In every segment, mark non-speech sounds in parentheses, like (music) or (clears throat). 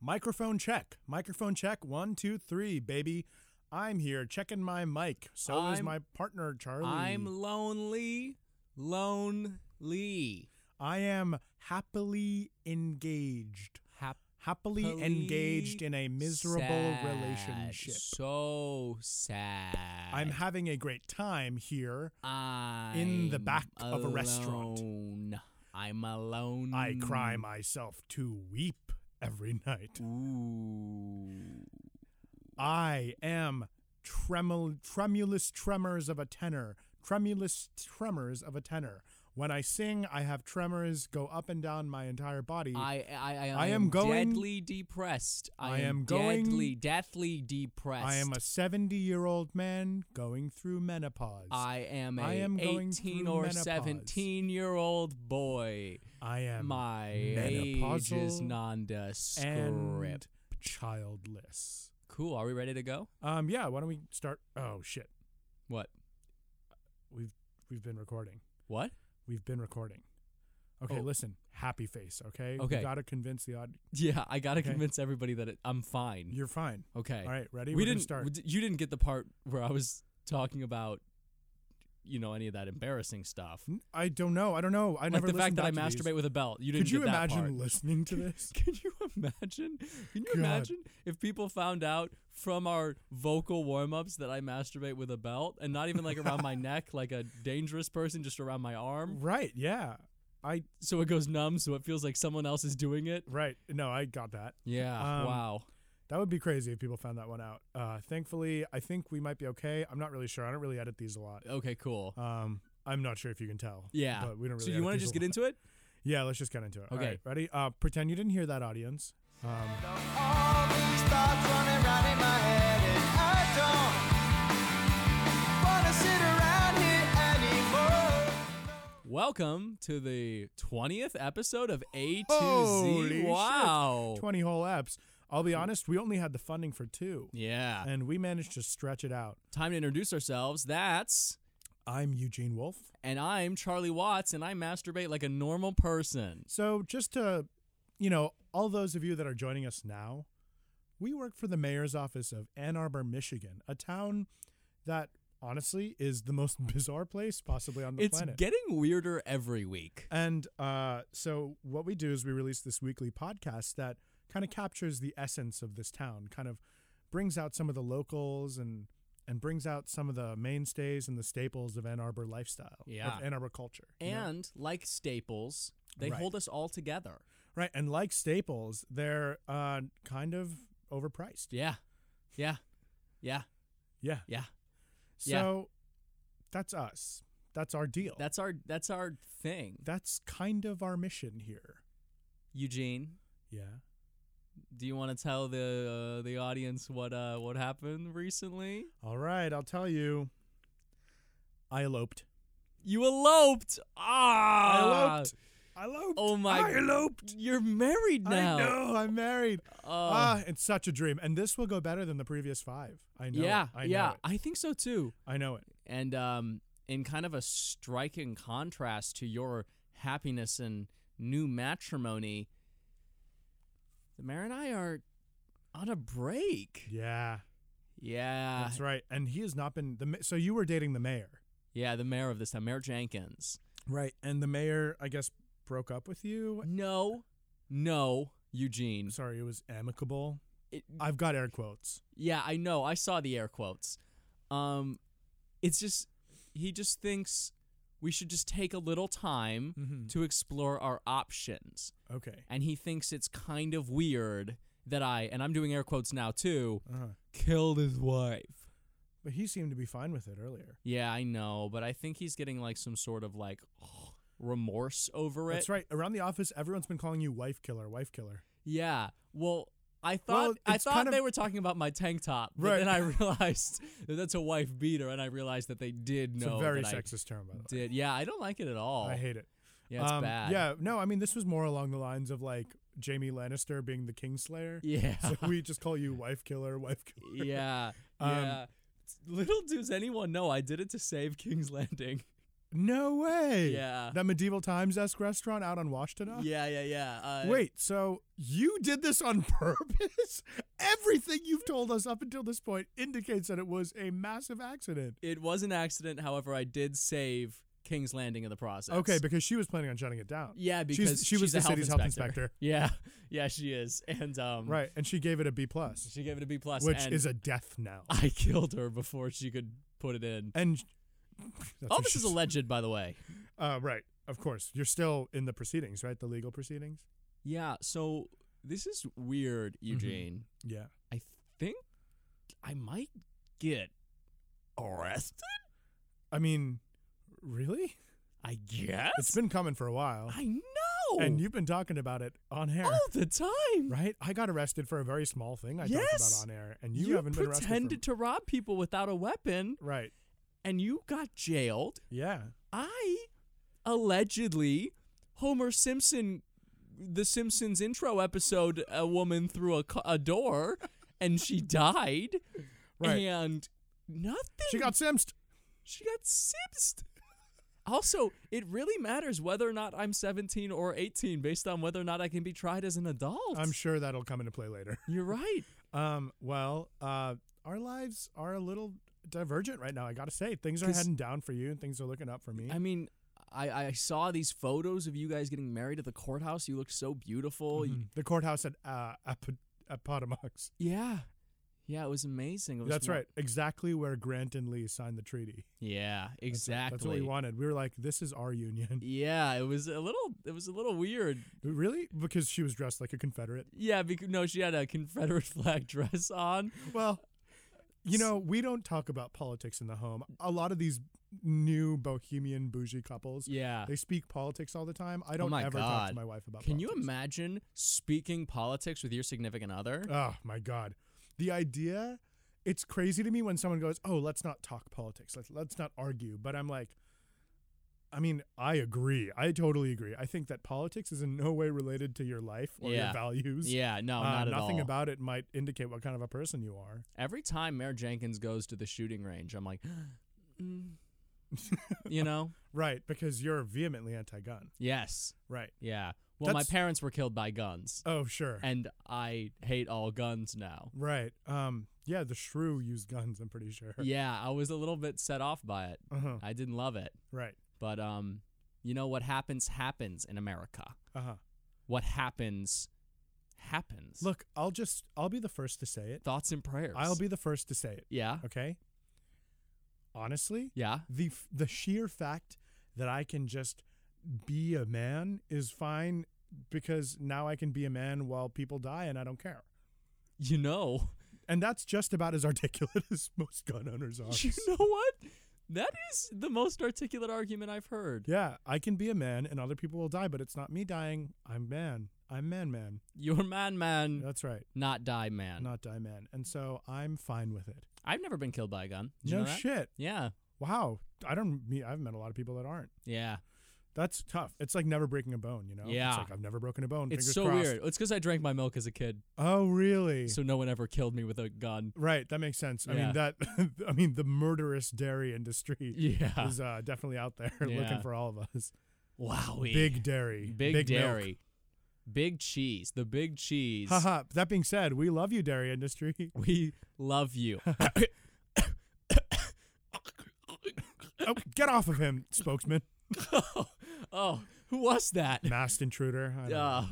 Microphone check. Microphone check. One, two, three, baby. I'm here checking my mic. So is I'm- my partner, Charlie. I'm lonely, lonely, I am happily engaged. happily Happily engaged in a miserable sad. relationship. So sad. I'm having a great time here. I'm in the back of a restaurant. alone. I'm alone. I cry Mm. myself to weep every night. Ooh. I am tremul- tremulous tremors of a tenor, tremulous tremors of a tenor. When I sing, I have tremors go up and down my entire body. I I I, I am going- deadly depressed. I, I am going- deadly deathly depressed. I am a 70 year old man going through menopause. I am a I am going 18 through or menopause. 17 year old boy. I am My age is menopausal nondescript. and childless. cool. Are we ready to go? Um, yeah, why don't we start? Oh, shit. What? We've, we've been recording. What? (laughs) We've been recording. Okay, Oh. listen. Happy face, okay? You Okay. gotta convince the audience. Yeah, I gotta convince everybody that it, I'm fine. You're fine. okay. All right, ready? We're We gonna didn't. start. we d- You didn't get the part where I was talking about, you know, any of that embarrassing stuff. I don't know. I don't know. I like never the fact listened that I back to masturbate these. with a belt. You didn't. Could you get that imagine (laughs) part. listening to (laughs) this? Can you imagine? Can you God. imagine if people found out from our vocal warm ups that I masturbate with a belt and not even like around (laughs) my neck, like a dangerous person, just around my arm, right. Yeah. I so it goes numb, so it feels like someone else is doing it? right. No, I got that. Yeah. Um, wow. That would be crazy if people found that one out. Uh, thankfully, I think we might be okay. I'm not really sure. I don't really edit these a lot. Okay. Cool. Um, I'm not sure if you can tell. yeah. But we don't really. so you edit want to these just a get lot. into it? Yeah. Let's just get into it. All Okay. right, ready? Uh, pretend you didn't hear that, audience. Um, All these thoughts running round in my head, and I don't wanna sit around here anymore. Welcome to the twentieth episode of A to Holy Z. Wow. Twenty whole apps. I'll be honest. We only had the funding for two, Yeah. and we managed to stretch it out. Time to introduce ourselves. That's I'm Eugene Wolf. and I'm Charlie Watts, and I masturbate like a normal person. So just to, you know, all those of you that are joining us now, we work for the mayor's office of Ann Arbor, Michigan, a town that honestly is the most (laughs) bizarre place possibly on the it's planet. getting weirder every week. and uh, so what we do is we release this weekly podcast that kind of captures the essence of this town, kind of brings out some of the locals and and brings out some of the mainstays and the staples of Ann Arbor lifestyle, Yeah. of Ann Arbor culture. you know? And like Staples, they Right. hold us all together. Right, and like Staples, they're uh, kind of overpriced. Yeah. Yeah. Yeah. Yeah. Yeah. So Yeah. that's us. That's our deal. That's our that's our thing. that's kind of our mission here. Eugene, Yeah. do you want to tell the uh, the audience what uh what happened recently? All right, I'll tell you. I eloped. You eloped. Ah. I eloped. I eloped. Oh my I eloped. You're married now. I know. I'm married. Oh. Ah, it's such a dream. And this will go better than the previous five. I know. yeah. It. I yeah. Know it. I think so too. I know it. and um, in kind of a striking contrast to your happiness and new matrimony, the mayor and I are on a break. Yeah. Yeah, That's right. And he has not been the. ma- So you were dating the mayor. yeah, the mayor of this town, Mayor Jenkins. Right. And the mayor, I guess, broke up with you. No, no, Eugene. Sorry, it was amicable. It- I've got air quotes. yeah, I know. I saw the air quotes. Um, it's just he just thinks we should just take a little time Mhm. to explore our options. Okay. and he thinks it's kind of weird that I and I'm doing air quotes now too Uh-huh. killed his wife. But he seemed to be fine with it earlier. Yeah, I know, but I think he's getting like some sort of like (sighs) remorse over it. That's right. Around the office, everyone's been calling you wife killer, wife killer. Yeah. Well, I thought Well, I it's thought kind of- they were talking about my tank top, but Right. then I (laughs) realized that that's a wife beater, and I realized that they did It's know a very that sexist term, by the I way. did. Yeah, I don't like it at all. I hate it. yeah, it's Um, bad. Yeah, no, I mean, this was more along the lines of like Jamie Lannister being the Kingslayer. (laughs) Yeah. (laughs) So we just call (laughs) you wife killer, wife killer. yeah. (laughs) Um, (laughs) yeah. Little does anyone know I did it to save King's Landing. No way. Yeah. That medieval times esque restaurant out on Washtenaw. Yeah, yeah, yeah. Uh, Wait, so you did this on (laughs) purpose? Everything you've told us up until this point indicates that it was a massive accident. It was an accident. However, I did save King's Landing in the process. Okay, because she was planning on shutting it down. yeah, because she's, she was she's the a city's health inspector, (laughs) Yeah, yeah, she is, and um, right? And she gave it a B plus, She gave it a B plus, which and is a death now. (laughs) I killed her before she could put it in. And (laughs) that's All what this she is alleged, by the way. s- uh, right. Of course, you're still in the proceedings, right? The legal proceedings. Yeah, so this is weird, Mm-hmm. Eugene. Yeah. I think I might get arrested. I mean, really? I guess. It's been coming for a while, I know. Oh, and you've been talking about it on air, all the time. right? I got arrested for a very small thing I Yes. talked about on air, and you, haven't been arrested. for- pretended to rob people without a weapon, right? and you got jailed. Yeah. I allegedly Homer Simpson, the Simpsons intro episode, a woman through a, cu- a door, and she died. Right. And nothing. She got simsed. She got simsed. (laughs) Also, it really matters whether or not I'm 17 or 18 based on whether or not I can be tried as an adult. I'm sure that'll come into play later. (laughs) You're right. Um, well, uh, our lives are a little divergent right now. I gotta say, things are 'Cause- heading down for you, and things are looking up for me. I mean, I, I saw these photos of you guys getting married at the courthouse. You looked so beautiful. You- Mhm. the courthouse at uh, Ap- (laughs) Appomattox. yeah. Yeah, it was amazing. It was That's mo- right, exactly where Grant and Lee signed the treaty. Yeah, That's it. exactly. That's what we wanted. We were like, "This is our union." Yeah, it was a little it was a little weird. really? Because she was dressed like a Confederate. Yeah, because no, she had a Confederate (laughs) flag dress on. Well, you know, we don't talk about politics in the home. A lot of these new bohemian bougie couples, Yeah. Oh they speak politics all the time. I don't my ever talk God. to my wife about. Can you politics. imagine speaking politics with your significant other? Oh my god, the idea. It's crazy to me when someone goes, "Oh, let's not talk politics. Let's let's not argue." But I'm like, I mean, I agree. I totally agree. I think that politics is in no way related to your life or Yeah. your values. yeah, no, Uh, not at nothing all. about it might indicate what kind of a person you are. Every time Mayor Jenkins goes to the shooting range, I'm like, (gasps) mm. (laughs) you know, Right, because you're vehemently anti-gun. yes, Right. yeah. Well, That's- my parents were killed by guns, Oh, sure. and I hate all guns now. right. Um yeah, the shrew used guns, I'm pretty sure. Yeah, I was a little bit set off by it. Uh-huh. I didn't love it, Right. but um, you know what happens happens in America. Uh-huh. What happens happens. Look, I'll just I'll be the first to say it. thoughts and prayers. I'll be the first to say it. Yeah, Okay? Honestly, yeah. the f- the sheer fact that I can just be a man is fine because now I can be a man while people die and I don't care. You know. And that's just about as (laughs) articulate as most gun owners are. (laughs) You know what? That is the most articulate argument I've heard. (laughs) Yeah, I can be a man and other people will die, but it's not me dying. I'm man. I'm man, man. You're man, man, That's right. not die, man. Not die man. And so I'm fine with it. I've never been killed by a gun. Did you no know that? shit. Yeah, Wow. I don't mean I've met a lot of people that aren't. yeah. That's tough. It's like never breaking a bone, you know? Yeah. It's like I've never broken a bone. It's Fingers so crossed. weird. It's because I drank my milk as a kid, Oh, really? so no one ever killed me with (laughs) a gun. right, that makes sense. I Yeah. mean that (laughs) I mean the murderous dairy industry Yeah. is uh, definitely out there (laughs) Yeah. looking for all of us. Wowie. Big dairy. big, milk. dairy, big cheese. The big cheese. Ha ha. That being said, we love you, dairy industry. (laughs) we love you. (laughs) oh, get off of him, spokesman. oh, who was that? Masked intruder. I don't know. Uh,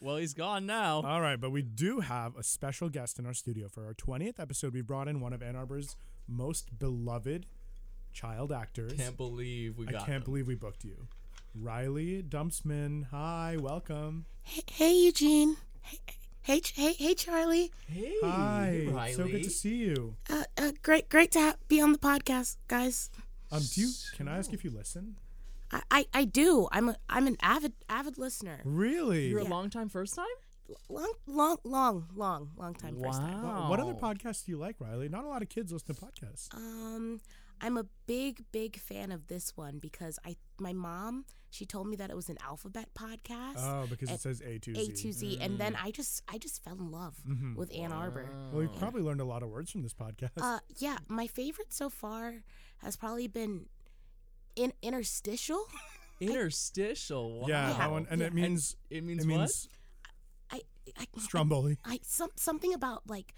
well, he's gone now. All right, but we do have a special guest in our studio for our 20th episode. We brought in one of Ann Arbor's most beloved child actors. can't believe we I got. can't believe we booked you. Riley Dumpsman. Hi, welcome. Hey, hey Eugene. Hey, hey, Ch- hey, hey, Charlie. Hey, Hi. Riley. So good to see you. Uh, uh, great, great to ha- be on the podcast, guys. Um, do you can I ask if you listen? I, I, I do. I'm a, I'm an avid, avid listener. Really? You're a long time first time. Long, long, long, long, long time first time. Wow. what other podcasts do you like, Riley? Not a lot of kids listen to podcasts. Um, I'm a big, big fan of this one because I, my mom, she told me that it was an alphabet podcast. Oh, because A- it says A to a Z. to Z, and then I just I just fell in love with Ann Arbor. Well, you've probably learned a lot of words from this podcast. Uh, yeah, my favorite so far has probably been in, interstitial. Interstitial. Wow. Yeah, that Oh, Yeah. one, and it And means It means it what? means I, I, Stromboli. I some something about like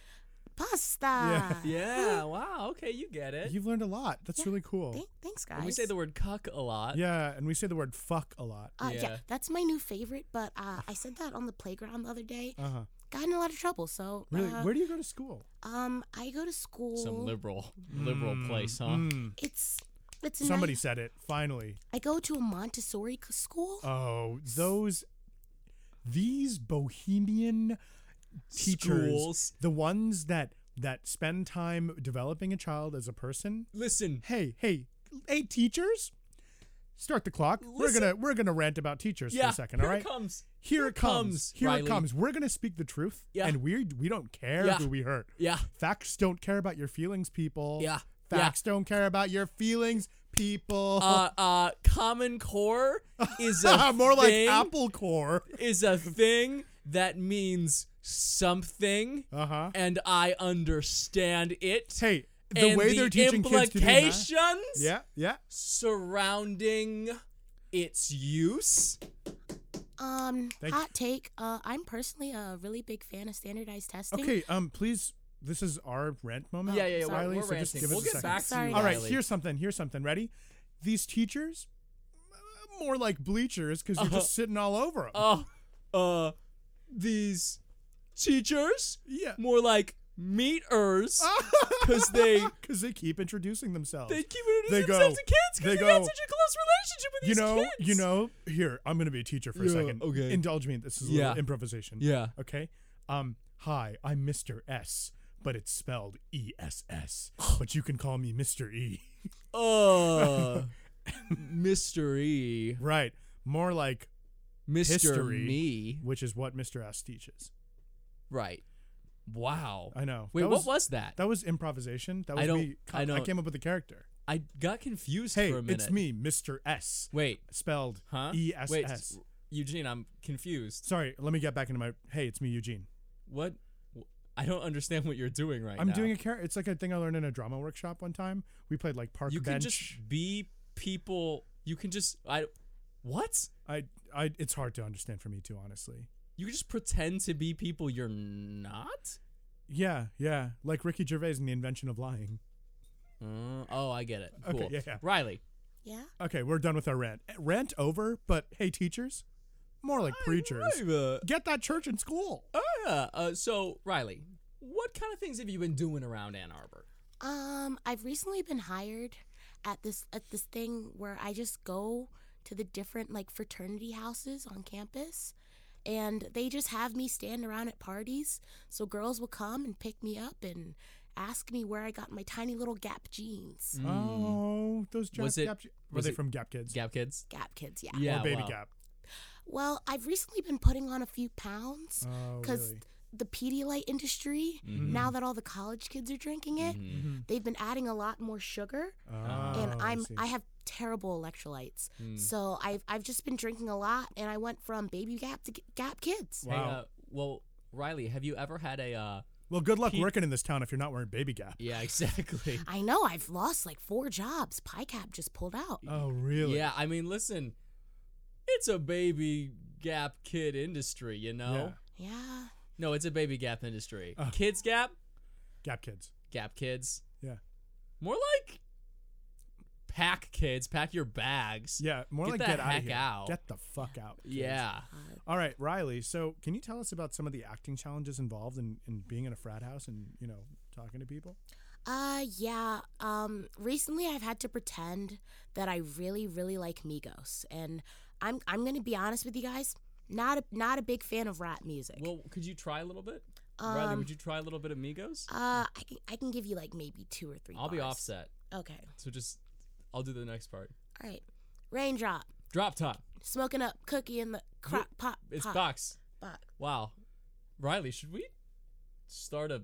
pasta. Yeah. yeah. Wow. Okay, you get it. You've learned a lot. That's really cool. Thank- thanks, guys. and we say the word cuck a lot. Yeah, and we say the word fuck a lot. Uh, yeah. Yeah. that's my new favorite. But uh, I said that on the playground the other day. Uh huh. Got in a lot of trouble. So Really? uh, Where do you go to school? um, I go to school. Some liberal, liberal place, huh? Mm, it's it's a ni- somebody said it. Finally. I go to a Montessori c- school. Oh, those these bohemian teachers, Schools. the ones that that spend time developing a child as a person. Listen, Hey, hey, hey, teachers! Start the clock. We're Listen- gonna we're gonna rant about teachers yeah. for a second. here all right. it comes. Here it comes. Here Riley. it comes. We're gonna speak the truth. Yeah. And we we don't care Yeah. who we hurt. Yeah. Facts don't care about your feelings, people. Yeah. Yeah. Facts don't care about your feelings, people. (laughs) Ah, Uh, uh, Common Core is a More like thing- Apple Core. is a thing that means something, Uh huh. and I understand it. Hey, the and way the they're teaching kids to do implications math. Yeah, yeah. surrounding its use. Um, Thank hot take. Uh, I'm personally a really big fan of standardized testing. Okay. Um, please. This is our rent moment. yeah, yeah, yeah. Riley, we're so just ranting. give us we'll a get second. back to Sorry, you. All right. Riley. Here's something. Here's something. Ready? These teachers, uh, more like bleachers, because you're just sitting all over them. Uh-huh. uh, uh, these teachers, yeah. more like (laughs) meaters, because they Because they keep introducing themselves. they keep introducing They go- themselves to kids they because they, go, got such a close relationship with you these know, kids. you know. Here, I'm gonna be a teacher for a Yeah, second. okay. Indulge me. This is a Yeah. little improvisation. Yeah. (laughs) Okay. Um. Hi, I'm Mr. S, but it's spelled E S (sighs) S. But you can call me Mr. E. (laughs) Uh, mystery, Right. More like Mister History. Me, which is what Mr. S teaches. right? Wow. I know. Wait, That what was that? that was improvisation. That I was don't- me. I I don't- came up with a character. I got confused Hey, for a minute. it's me, Mr. S, Wait, spelled huh? E S Wait, S. Eugene, I'm confused. Sorry, let me get back into my. Hey, it's me, Eugene. What? I don't understand what you're doing right I'm now. doing a character. It's like a thing I learned in a drama workshop one time. We played like park you can bench. just be people. You can just I. What? I, I, it's hard to understand for me too, honestly. You can just pretend to be people you're not. Yeah, yeah, like Ricky Gervais in The Invention of Lying. Uh, oh, I get it. Okay, Cool. yeah, yeah. Riley, Yeah. Okay, we're done with our rant. Eh, Rant over, but hey, teachers, more like preachers. Uh, Get that church in school. uh, so Riley, what kind of things have you been doing around Ann Arbor? Um, I've recently been hired at this at this thing where I just go to the different like fraternity houses on campus and they just have me stand around at parties so girls will come and pick me up and ask me where I got my tiny little Gap Mm. jeans. Oh, those Gap, Hmm. Was it- Gap- were was they it from Gap Kids Gap kids. Gap kids, yeah. or Yeah. Baby wow. Gap? Well, I've recently been putting on a few pounds Oh, because really? the Pedialyte industry, now that all the college kids are drinking it, Hmm. they've been adding a lot more sugar. and Oh, I I'm see. I, have terrible electrolytes. So I've I've just been drinking a lot, and I went from baby gap to G- gap kids. Hey, Wow. uh, well, Riley, have you ever had a? Uh, Well, good luck working in this town if you're not wearing Baby Gap. yeah, (laughs) exactly. I know I've lost like four jobs. PyCap just pulled out. Oh, really? Yeah, I mean, listen, it's a baby gap kid industry, you know? Yeah. Yeah, No, it's a baby gap industry. Oh. Kids gap, Gap Kids. gap kids. Yeah. More like pack kids, pack your bags. Yeah, more Get like the get out heck of here. out. Get the fuck out. kids. Yeah. All right, Riley. So, can you tell us about some of the acting challenges involved in, in being in a frat house and you know talking to people? uh, yeah. Um, recently I've had to pretend that I really really like Migos, and I'm I'm gonna be honest with you guys. Not a not a big fan of rap music. Well, could you try a little bit? Riley, would you try a little bit of Migos? uh, Um, I can, I can give you like maybe two or three. I'll be bars. offset. Okay. So just, I'll do the next part. All right. Raindrop, Drop top. smoking up cookie in the crock pot. It's pot. box. Fuck. Wow. Riley, should we start a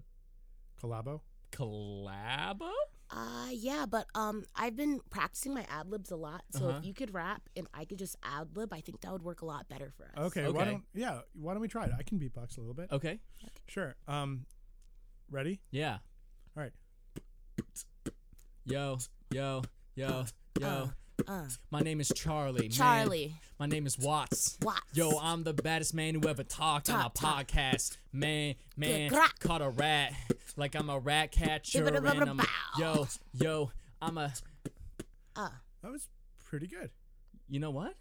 Collabo. collabo? Uh, yeah, but um, I've been practicing my ad libs a lot. So Uh-huh. if you could rap and I could just ad lib, I think that would work a lot better for us. Okay, Why Okay. don't yeah? Why don't we try it? I can beatbox a little bit. Okay. Sure. Um, ready? Yeah. All right. Yo, yo, yo, Uh, yo, Uh, My name is Charlie. man. Charlie. My name is Watts. Watts. Yo, I'm the baddest man who ever talked on a Talk, talk. podcast. Man, man, grok. caught a rat like I'm a rat catcher. And I'm a, yo, yo, I'm a. uh. That was pretty good. You know what,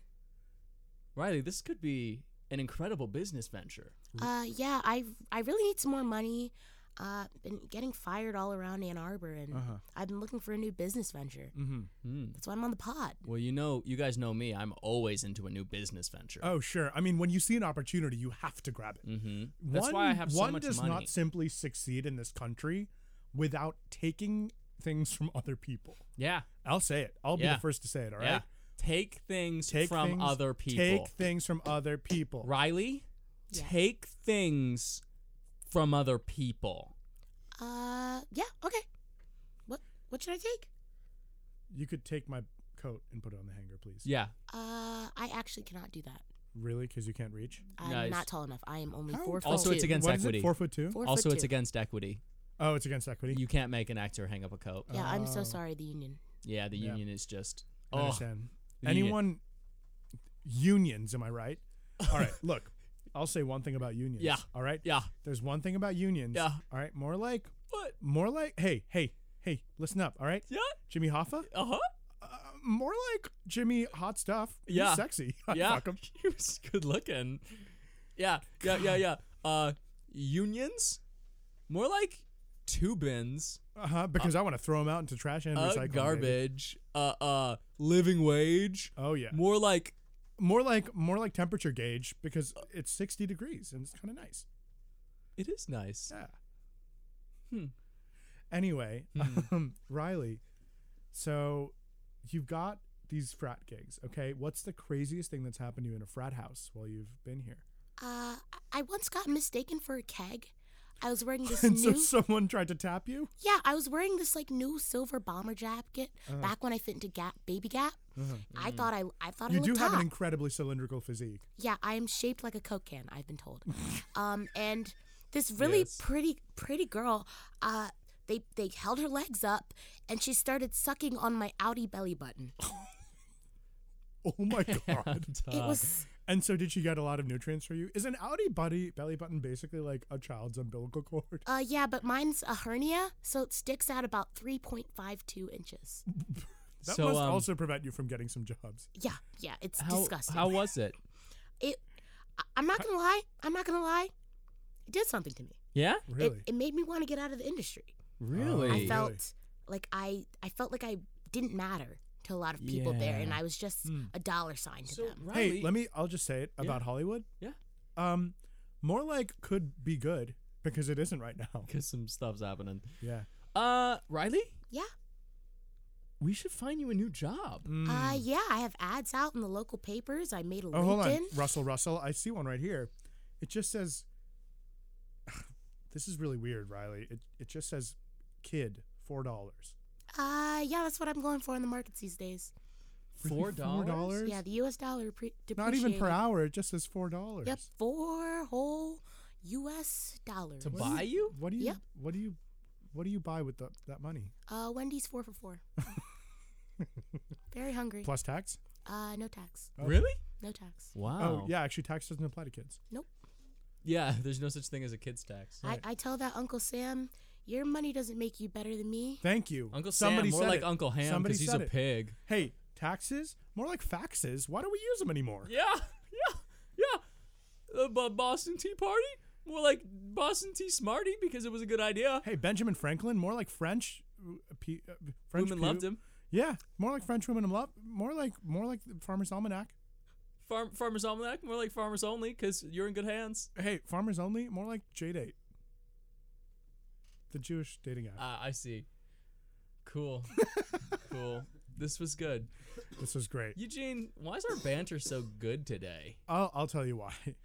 Riley? This could be an incredible business venture. Uh, yeah, I I really need some more money. Uh, been getting fired all around Ann Arbor, and Uh-huh. I've been looking for a new business venture. Mm-hmm. Hmm. That's why I'm on the pod. Well, you know, you guys know me. I'm always into a new business venture. Oh, sure. I mean, when you see an opportunity, you have to grab it. hmm That's why I have so one much does money. not simply succeed in this country without taking things from other people. yeah, I'll say it. I'll be Yeah. the first to say it. All right. yeah. Take things Take from things- other people. Take things from other people. Riley, Yeah. take things from other people. Uh, yeah, okay. What what should I take? You could take my coat and put it on the hanger, please. Yeah. Uh, I actually cannot do that. Really? Because you can't reach. I'm Nice. not tall enough. I am only How- four foot Also, two. it's against What is equity. it? Four foot two. Four also, foot it's two. against equity. Oh, it's against equity. You can't make an actor hang up a coat. Yeah, I'm so Oh. sorry. The union. Yeah, the Yeah. union is just. I Oh, understand. the union. Anyone? Unions? Am I (laughs) right? All right. Look, I'll say one thing about unions. Yeah. All right. yeah. There's one thing about unions. Yeah. All right. More like. What? More like. Hey. Hey. Hey. Listen up. All right. Yeah. Jimmy Hoffa. (laughs) Uh huh. Uh, more like Jimmy Hot Stuff. He's Yeah. Sexy. (laughs) Yeah. Fuck him. (laughs) he was good looking. Yeah. Yeah. Yeah. Yeah. Uh, unions? More like two bins. Uh-huh, because I want to throw him out into trash and Uh, recycling. baby. garbage. Uh. Uh. Living wage. Oh yeah. More like More like more like temperature gauge because it's 60 degrees and it's kind of nice. it is nice. (laughs) Yeah. Hmm. Anyway, Hmm. um, Riley, so you've got these frat gigs, okay? What's the craziest thing that's happened to you in a frat house while you've been here? (laughs) Uh, I once got mistaken for a keg. I (laughs) was wearing this and so new. someone tried to tap you? Yeah, I was wearing this like new silver bomber jacket Uh-huh. back when I fit into Gap, Baby Gap. I Mm. thought I, I thought You I do looked have hot. an incredibly cylindrical physique. yeah, I am shaped like a coke can. I've (laughs) been told. um, and this really Yes. pretty, pretty girl. Uh, they they held her legs up, and she started sucking on my outie belly button. Oh (laughs) my god. And, it uh, was and so did she get a lot of nutrients for you? Is an outie buddy belly button basically like a child's umbilical cord? (laughs) Uh, yeah, but mine's a hernia, so it sticks out about 3.52 inches. That So, must um, also prevent you from getting some jobs. Yeah, yeah, it's how, disgusting. How was it? it? I- I'm not gonna lie. I'm not gonna lie. It did something to me. Yeah. Really? It, it made me want to get out of the industry. Really? I felt like I, I felt like I didn't matter to a lot of people there, and Yeah. I was just Hmm. a dollar sign to them. hey, let me I'll just say it about Hollywood. Yeah. Um more like could be good because it isn't right (laughs) now. Cause some stuff's happening. Yeah. Uh, Riley, Yeah. we should find you a new (laughs) job. Uh, yeah. I have ads out in the local papers. I made a Mm. Hmm. Oh, LinkedIn. hold on. Russell Russell, I see one right here. It just says (sighs) This is really weird, Riley. It it just says kid $4. Uh, yeah, that's what I'm going for in the markets these days. Four dollars. $4? Yeah, the U.S. dollar pre- Not even per depreciated. hour, it just says $4. Yep, four whole U.S. dollars. To What do buy you? What do you Yep. what do you what do you buy with the, that money? Uh, Wendy's four (laughs) for four. Very hungry. Plus tax? Uh, no tax. Oh. Really? No tax. Wow. Oh, yeah, actually tax doesn't apply to kids. Nope. Yeah. There's no such thing as a kids tax. Right. I, I tell that Uncle Sam, your money doesn't make you better than me. Thank you. Uncle Somebody Sam, more said like it. Uncle Ham, Somebody because he's said a it. pig. Hey, taxes? More like faxes. Why don't we use them anymore? Yeah. Yeah. Yeah. The Bo- Boston Tea Party. More like Boston Tea Smarty because it was a good idea. Hey, Benjamin Franklin, more like French. uh, P, uh, French Women pew- loved him. Yeah, more like French women love. More like more like the Farmer's Almanac. Farm, farmers Almanac. More like Farmers Only because you're in good hands. Hey, Farmers Only, more like J Date, the Jewish dating app. Ah, I see. (laughs) Cool. cool. This was good. this is great. Eugene, why is our banter so good today? I'll I'll tell you why. (laughs)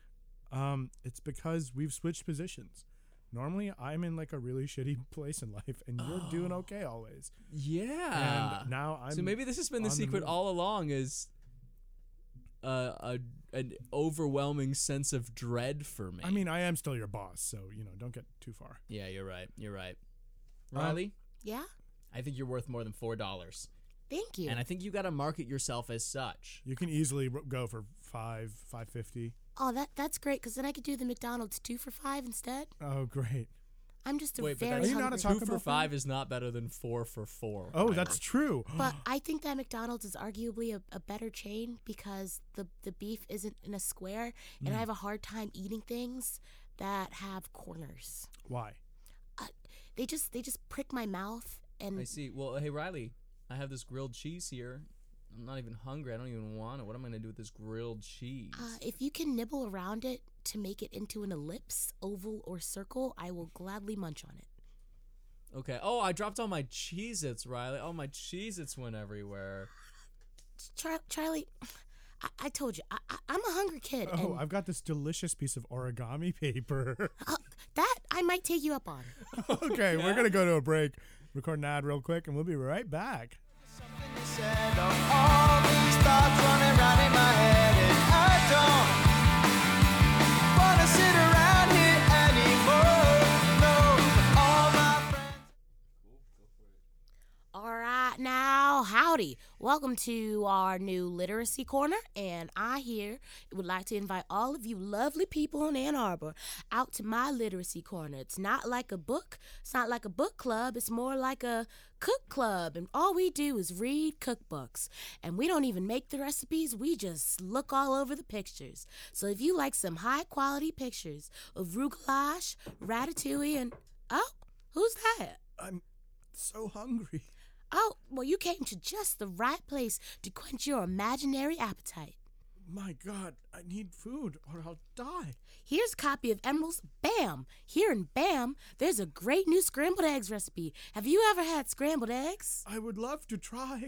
Um, it's because we've switched positions. Normally, I'm in like a really shitty (laughs) place in life, and (gasps) you're doing okay always. Yeah. and now I'm Ah. so maybe this has been the on the secret move. all along is uh, a an overwhelming sense of dread for me. I mean, I am still your boss, so you know, don't get too far. yeah, you're right. You're right. Riley, Yeah? I think you're worth more than four dollars. Thank you. And I think you got to market yourself as such. You can easily r- go for five, five fifty. oh, that that's great because then I could do the McDonald's two for five instead. Oh, great. I'm just a Wait, but very that's Are you not hungry. a two Taco for Bell fan? five is not better than four for four. Oh, Ryan. that's (gasps) true. (clears throat) but I think that McDonald's is arguably a, a better chain because the the beef isn't in a square, and Mm. I have a hard time eating things that have corners. Why? They just they just prick my mouth, I and see. Well, hey Riley, I have this grilled cheese here. I'm not even hungry. I don't even want it. What am I gonna do with this grilled cheese? uh, if you can nibble around it to make it into an ellipse, oval, or circle, I will gladly munch on it. okay. Oh, I dropped all my Cheez Its, Riley. All my Cheez Its went everywhere. Char- Charlie, (sighs) I-, I told you, I- I- I'm a hungry kid, Oh, and I've got this delicious piece of origami paper. (laughs) uh, that I might take you up on. okay, we're gonna go to a break, record an ad real quick, and we'll be right back. Something you said, oh, all these thoughts running round in my head, and I don't wanna sit around here anymore. No, all my friends. All right, now, howdy. Welcome to our new literacy corner. And I here would like to invite all of you lovely people in Ann Arbor out to my literacy corner. It's not like a book, it's not like a book club, it's more like a cook club. And all we do is read cookbooks. And we don't even make the recipes, we just look all over the pictures. So if you like some high quality pictures of roux gouache, ratatouille, and oh, who's that? I'm so hungry. Oh, well, you came to just the right place to quench your imaginary appetite. My God, I need food or I'll die. Here's a copy of Emerald's Bam. Here in Bam, there's a great new scrambled eggs recipe. Have you ever had scrambled eggs? I would love to try.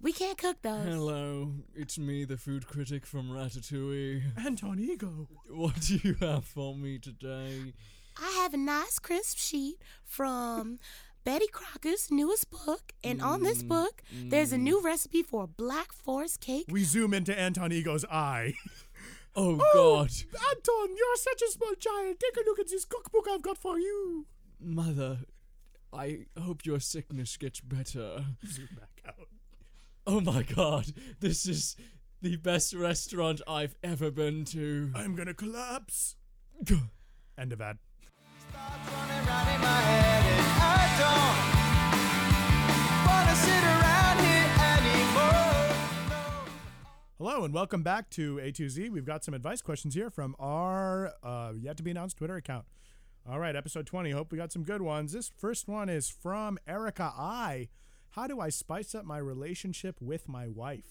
We can't cook those. Hello, it's me, the food critic from Ratatouille. Anton Ego. What do you have for me today? I have a nice crisp sheet from (laughs) Betty Crocker's newest book, and on this book, there's a new recipe for a black forest cake. We zoom into Anton Ego's eye. Oh, God, (laughs) Anton, you're such a small child. Take a look at this cookbook I've got for you. Mother, I hope your sickness gets better. Zoom back out. Oh my God, this is the best restaurant I've ever been to. I'm gonna collapse. End of ad. Thoughts running round in my head, and I don't wanna sit around here anymore. No. Hello and welcome back to A2Z. We've got some advice questions here from our uh, yet to be announced Twitter account. All right, episode 20. Hope we got some good ones. This first one is from Erica I. How do I spice up my relationship with my wife?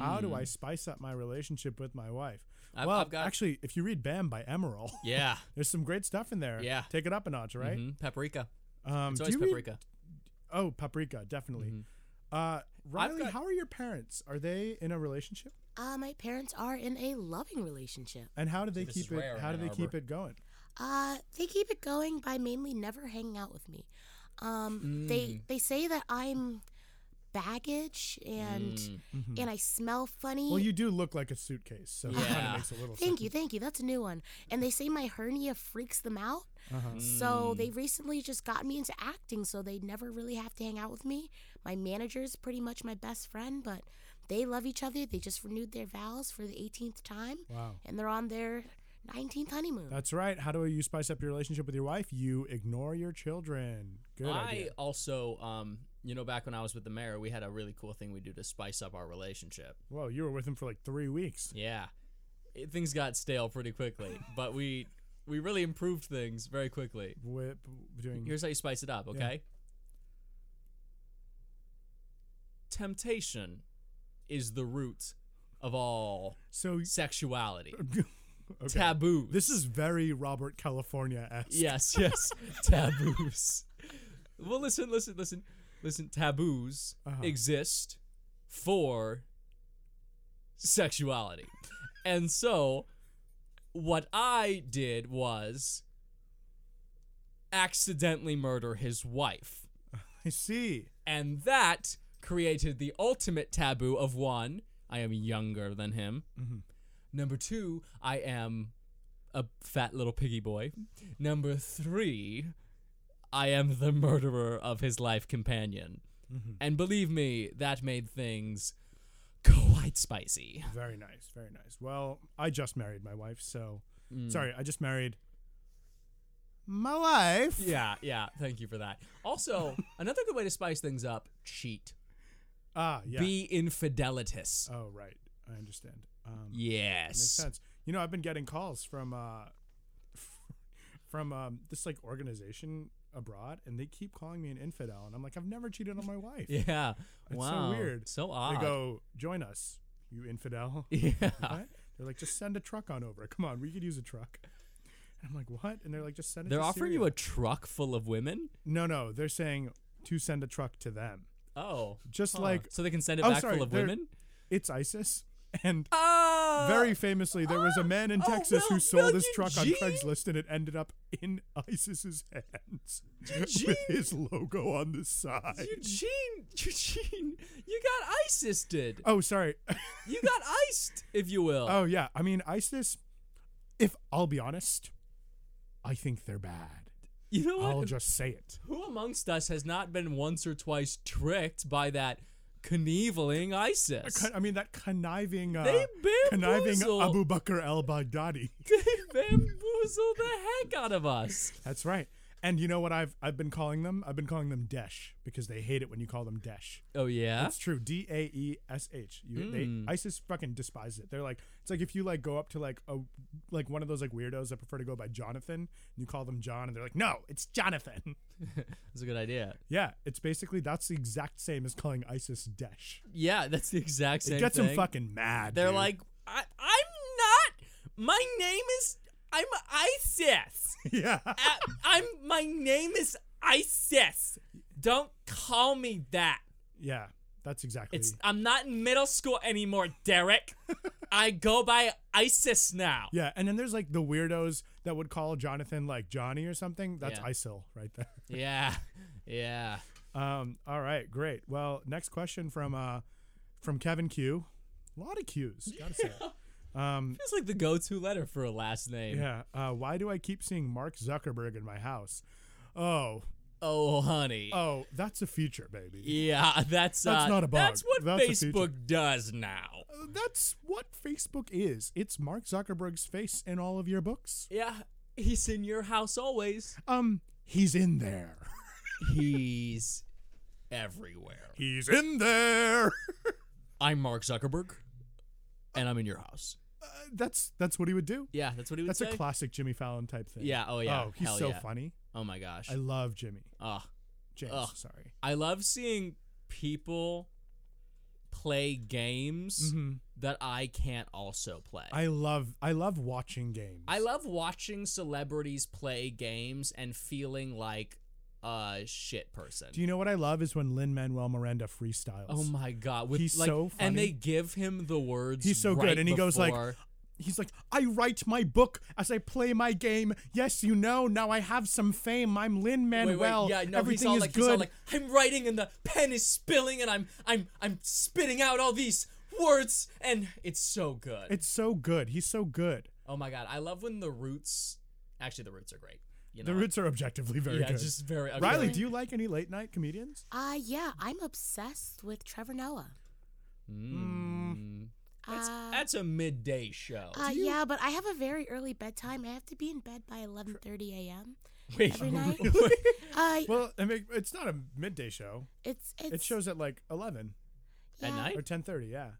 How do I spice up my relationship with my wife? Hmm. I've- well, I've got- actually, if you read Bam by Emerald, (laughs) Yeah. there's some great stuff in there. Yeah. Take it up a notch, right? Mm, paprika. Um, It's do always you read- paprika. Mm-hmm. oh, Paprika, definitely. Uh, Riley, got- how are your parents? Are they in a relationship? Uh, my parents are in a loving relationship. And how do they this keep is it? rare in how do Ann they keep Arbor. it going? Uh, they keep it going by mainly never hanging out with me. Um, They they say that I'm baggage and and I smell funny. Mm-hmm. Well, you do look like a suitcase, so that kind Yeah. of makes a little (laughs) thank sense. you, thank you. That's a new one. And they say my hernia freaks them out. Uh-huh. So they recently just got me into acting, so they never really have to hang out with me. My manager's pretty much my best friend, but they love each other. They just renewed their vows for the 18th time, Wow. and they're on their 19th honeymoon. That's right. How do you spice up your relationship with your wife? You ignore your children. Good I idea. also, um, you know, back when I was with the mayor, we had a really cool thing we do to spice up our relationship. Whoa, you were with him for like three weeks. Yeah. It- things got stale pretty (laughs) quickly, but we we really improved things very quickly. Whip doing. Here's how you spice it up, okay? Temptation is the root of all so sexuality. (laughs) okay. Taboos. This is very Robert California esque. Yes, yes. taboos. Well, listen, listen, listen. Listen, taboos exist for sexuality. And so, what I did was accidentally murder his wife. (laughs) I see. And that created the ultimate taboo of one, I am younger than him. Number two, I am a fat little piggy boy. Number three, I am the murderer of his life companion. And believe me, that made things quite spicy. Very nice, very nice. Well, I just married my wife, so Mm. sorry, I just married my wife. Yeah, yeah. Thank you for that. Also, (laughs) another good way to spice things up: cheat, Ah, yeah. be infidelitous. oh, right. I understand. Um, yes. Makes sense. You know, I've been getting calls from uh, (laughs) from um, this like organization abroad, and they keep calling me an infidel, and I'm like, I've never cheated (laughs) on my wife. Yeah. It's wow. so weird. So odd. They go, join us, you infidel. (laughs) yeah. What? They're like, just send a truck on over. Come on, we could use a truck. And I'm like, what? And they're like, just send it. They're to offering you Syria." a truck full of women. no, no. They're saying to send a truck to them. Oh. Just huh. like- so they can send it Oh, back sorry, full of they're- women. It's ISIS, (laughs) and Oh. very famously, there was a man in (gasps) oh, Texas who Will- sold Will his truck on Eugene? Craigslist, and it ended up in ISIS's hands Eugene? (laughs) with his logo on the side. (laughs) Eugene, Eugene, you got ISIS did. (laughs) Oh, sorry. You got iced, if you will. oh yeah. I mean, ISIS. If I'll be honest, I think they're bad. you know what? I'll just say it. Who amongst us has not been once or twice tricked by that conniveling ISIS? Con- I mean that conniving, uh, They conniving bamboozle- Abu Bakr al Baghdadi. (laughs) they bamboozle the heck out of us. That's right. And you know what I've I've been calling them? I've been calling them Desh because they hate it when you call them Desh. Oh yeah. That's true. D A E S H. You Hmm. They ISIS fucking despises it. They're like it's like if you like go up to like a like one of those like weirdos that prefer to go by Jonathan and you call them John and they're like no it's Jonathan. (laughs) That's a good idea. yeah, it's basically that's the exact same as calling ISIS Desh. Yeah, that's the exact same It gets them thing. fucking mad. They're dude. like, I, I'm not. My name is. I'm ISIS. (laughs) yeah. I, (laughs) I'm. My name is ISIS. Don't call me that. Yeah, that's exactly. It's. I'm not in middle school anymore, (laughs) Derek. I go by ISIS now. yeah, and then there's like the weirdos that would call Jonathan like Johnny or something. That's Yeah. ISIL right there. (laughs) Yeah. Yeah. Um, all right, great. Well, next question from uh, from Kevin Q. A lot of Q's, gotta say. Um, It's like the go-to letter for a last name. yeah. Uh, why do I keep seeing Mark Zuckerberg in my house? Oh, Oh, honey. oh, that's a feature, baby. Yeah, that's That's uh, not a bug. That's what That's a feature. Facebook does now. Uh, That's what Facebook is. It's Mark Zuckerberg's face in all of your books. Yeah, he's in your house always. Um, he's in there. (laughs) He's everywhere. He's in (laughs) there. Uh, I'm Mark Zuckerberg, and I'm in your house. Uh, that's that's what he would do. Yeah, that's what he would That's say. a classic Jimmy Fallon type thing. Yeah, oh yeah, Oh, he's hell so yeah. funny. oh my gosh. I love Jimmy. Ugh. James, Ugh. sorry. I love seeing people play games that I can't also play. Mm-hmm. I love I love watching games. I love watching celebrities play games and feeling like a shit person. Do you know what I love is when Lin Manuel Miranda freestyles. oh my god! With He's like, so and funny. they give him the words. He's so right good, and he goes like- before. He's like, I write my book as I play my game. Yes, you know, now I have some fame. I'm Lin Wait, wait, Manuel. yeah, no, Everything he's all is like, good. He's all like, I'm writing and the pen is spilling and I'm I'm I'm spitting out all these words and it's so good. it's so good. He's so good. oh my god, I love when the roots. Actually, the roots are great. You know, The roots are objectively very yeah, good. just very. okay. Riley, do you like any late night comedians? Uh, yeah, I'm obsessed with Trevor Noah. Mm, that's, Uh, that's a midday show. Uh, yeah, but I have a very early bedtime. I have to be in bed by 11:30 a.m. (laughs) Wait, (laughs) every night. Uh, Well, I mean, it's not a midday show. it's, it's It shows at like eleven yeah, At night? or ten thirty. Yeah.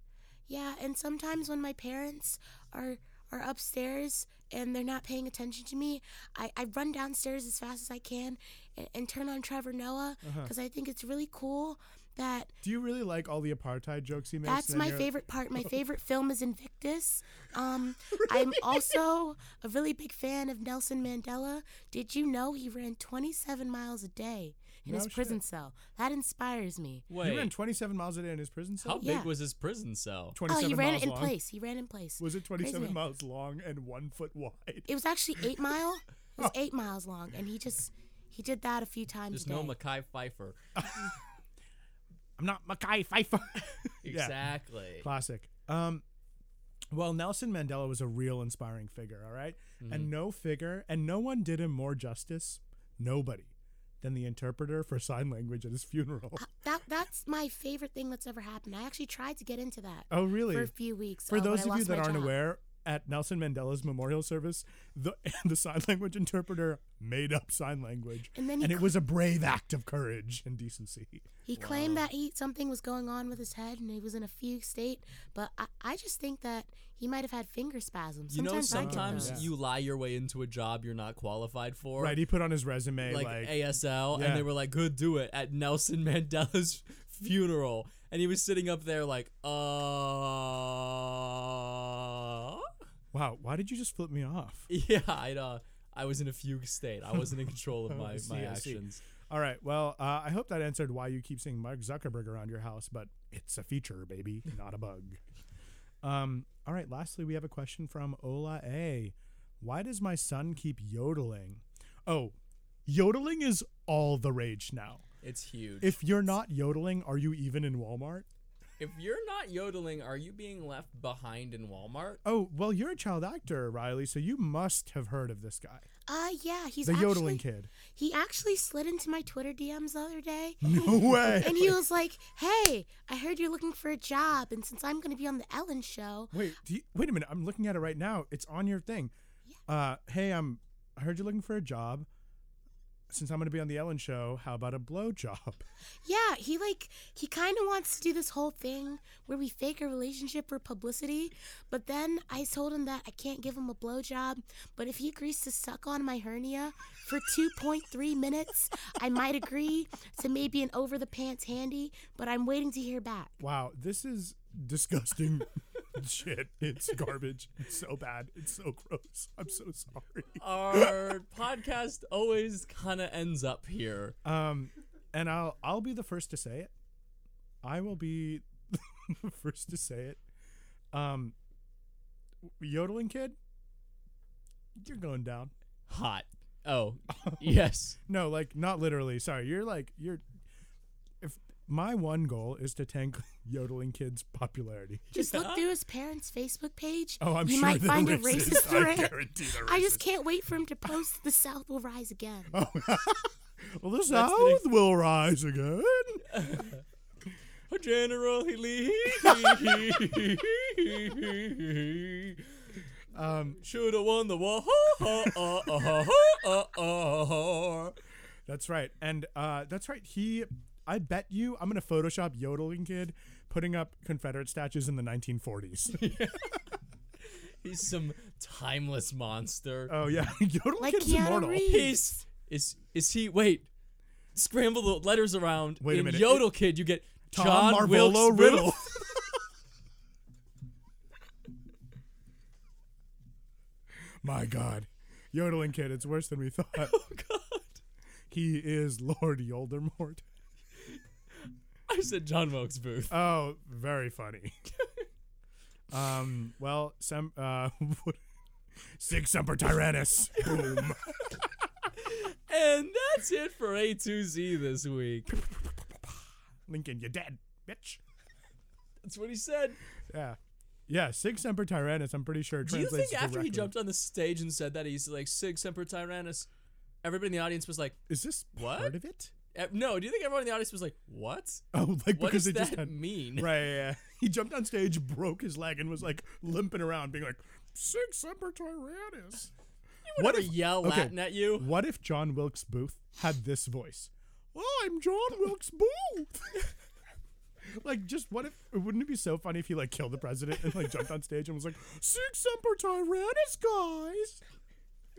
Yeah, and sometimes when my parents are are upstairs and they're not paying attention to me, I, I run downstairs as fast as I can and, and turn on Trevor Noah Uh-huh. because I think it's really cool that Do you really like all the apartheid jokes he makes? That's And then my you're- favorite (laughs) part. My favorite film is Invictus. Um, I'm also a really big fan of Nelson Mandela. Did you know he ran 27 miles a day in No his shit. prison cell? That inspires me. wait. He ran twenty-seven miles a day in his prison cell. how Yeah. big was his prison cell? Oh, he 27 ran miles it in long. place. He ran in place. Was it Crazy 27 man. miles long and one foot wide? It was actually eight mile. (laughs) It was eight miles long, and he just he did that a few times. Just a no day. Mackay Pfeiffer. I'm not Mackay Pfeiffer. (laughs) Exactly. Classic. Um, well, Nelson Mandela was a real inspiring figure, all right? And no figure, and no one did him more justice. Nobody. than the interpreter for sign language at his funeral. That that's my favorite thing that's ever happened. I actually tried to get into that Oh, really? for a few weeks. For uh, when I those of you lost that my aren't job. aware, at Nelson Mandela's memorial service, the (laughs) the sign language interpreter made up sign language, And then he it cl- was a brave act of courage and decency. He claimed that he something was going on with his head and he was in a fugue state, but I, I just think that he might have had finger spasms. You know, Sometimes I get sometimes those. you lie your way into a job you're not qualified for. right? He put on his resume like, like, ASL, Yeah. and they were like, "Good, do it at Nelson (laughs) Mandela's funeral," and he was sitting up there like, "Uh, "Wow, why did you just flip me off?" (laughs) yeah." I uh, I was in a fugue state. I wasn't (laughs) in control of my Oh, I see, my I see. actions. All right, well, uh, I hope that answered why you keep seeing Mark Zuckerberg around your house, but it's a feature, baby, not a bug. (laughs) Um, all right, lastly, we have a question from Ola A. Why does my son keep yodeling? Oh, yodeling is all the rage now. It's huge. If you're not yodeling, are you even in Walmart? if you're not yodeling, are you being left behind in (laughs) Walmart? Oh, well, you're a child actor, Riley, so you must have heard of this guy. Uh, yeah, he's The actually, yodeling kid. (laughs) He actually slid into my Twitter DMs the (laughs) other day, No way. and he was like, "Hey, I heard you're looking for a job, and since I'm going to be on the Ellen show, Wait, do you, wait a minute. I'm looking at it right now. It's on your thing. Uh, hey, I'm. I heard you're looking for a job. Since I'm going to be on the Ellen Show, how about a blow job? yeah, he like he kind of wants to do this whole thing where we fake a relationship for publicity, but then I told him that I can't give him a blowjob, but if he agrees to suck on my hernia for 2.3 minutes, I might agree to maybe an over the pants handy, but I'm waiting to hear back. (laughs) Wow, this is disgusting. (laughs) Shit, it's garbage. It's so bad. It's so gross. I'm so sorry. Our podcast always kind of ends up here. Um, and I'll I'll be the first to say it. I will be (laughs) the first to say it. Um, yodeling kid, you're going down. Hot. Oh, (laughs) yes. No, like not literally. Sorry, you're like you're. If my one goal is to tank (laughs) yodeling kids' popularity. Just look through his parents' Facebook page. Oh, I'm you sure might they're find a racist. (laughs) racist I rant. guarantee they're I just racist. can't wait for him to post "The South Will Rise Again." Well, the That's the South will rise again. General Um, Should have won the war. that's right, and uh, that's right. He, I bet you, I'm gonna Photoshop yodeling kid putting up Confederate statues in the (laughs) 1940s. He's some timeless monster. oh yeah, (laughs) yodeling Like kid's Keanu immortal. Reeves. He's is is he? Wait, scramble the letters around. Wait a In minute. Yodel Kid, you get Tom John Marvolo Wilkes Riddle. Booth. My God, yodeling kid, it's worse than we (laughs) thought. Oh God! he is Lord Yoldermort. (laughs) I said John Wilkes Booth. Oh, very funny. (laughs) um, well, some uh, (laughs) Sig Semper Tyrannus. (laughs) Boom. And that's it for A2Z this week. Lincoln, you're dead, bitch. That's what he said. Yeah. Yeah, Sig Semper Tyrannus, I'm pretty sure Do you translates think to after he requiem. jumped on the stage and said that, he's like Sig Semper Tyrannus? Everybody in the audience was like, Is this What? part of it? eh, "No." Do you think everyone in the audience was like, "What? Oh, like What because does they that just had mean?" (laughs) Right, yeah, yeah. He jumped on stage, broke his leg, and was like limping around, being like, Sig Semper Tyrannus. What a yell okay. Latin at you? What if John Wilkes Booth had this voice? Oh, I'm John Wilkes Booth. (laughs) like, just what if? Wouldn't it be so funny if he like killed the president and like jumped on stage and was like, "Six Semper Tyrannis, guys."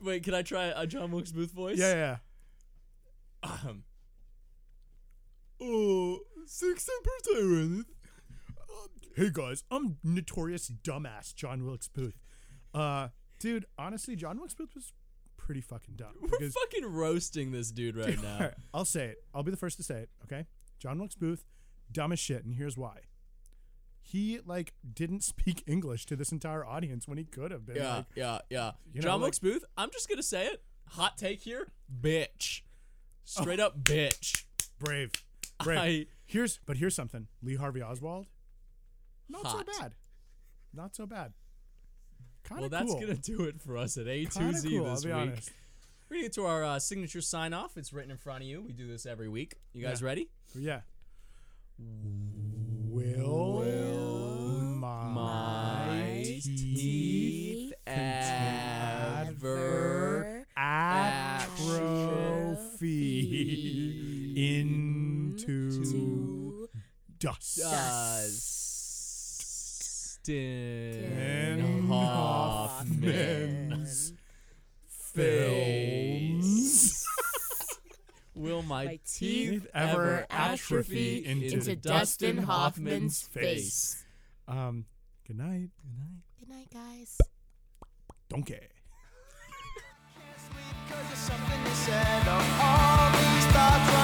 Wait, can I try a John Wilkes Booth voice? Yeah, yeah. Um, oh, six emperor tyrant. Um, hey guys, I'm notorious dumbass John Wilkes Booth. Uh, dude, honestly, John Wilkes Booth was pretty fucking (laughs) dumb. We're because- fucking roasting this dude (laughs) right All now. right, I'll say it. I'll be the first to say it. Okay, John Wilkes Booth, dumb as shit, and here's why. He like didn't speak (laughs) English to this entire audience when he could have been. Yeah, like, yeah, yeah. You know, John like- Wilkes Booth. I'm just gonna say it. Hot take here, bitch. Oh. Straight up, bitch. brave, brave. I- here's but here's something. Lee Harvey Oswald, not Hot. so bad, not so bad. Kind Well, of that's cool. gonna do it for us at Kinda A2Z cool, this I'll be week. honest. We're gonna get to our uh, signature sign off. It's written in front of you. We do this every week. You guys Yeah. ready? Yeah. Will, my, My teeth teeth ever atrophy into to dust. Dustin And Hoffman's Hoffman's films. face. Will my, My teeth, teeth ever ever atrophy atrophy into, into Dustin Hoffman's face? Um, good night. Good night, guys. Donkey. Can't sleep 'cause of something you said. Oh, all these thoughts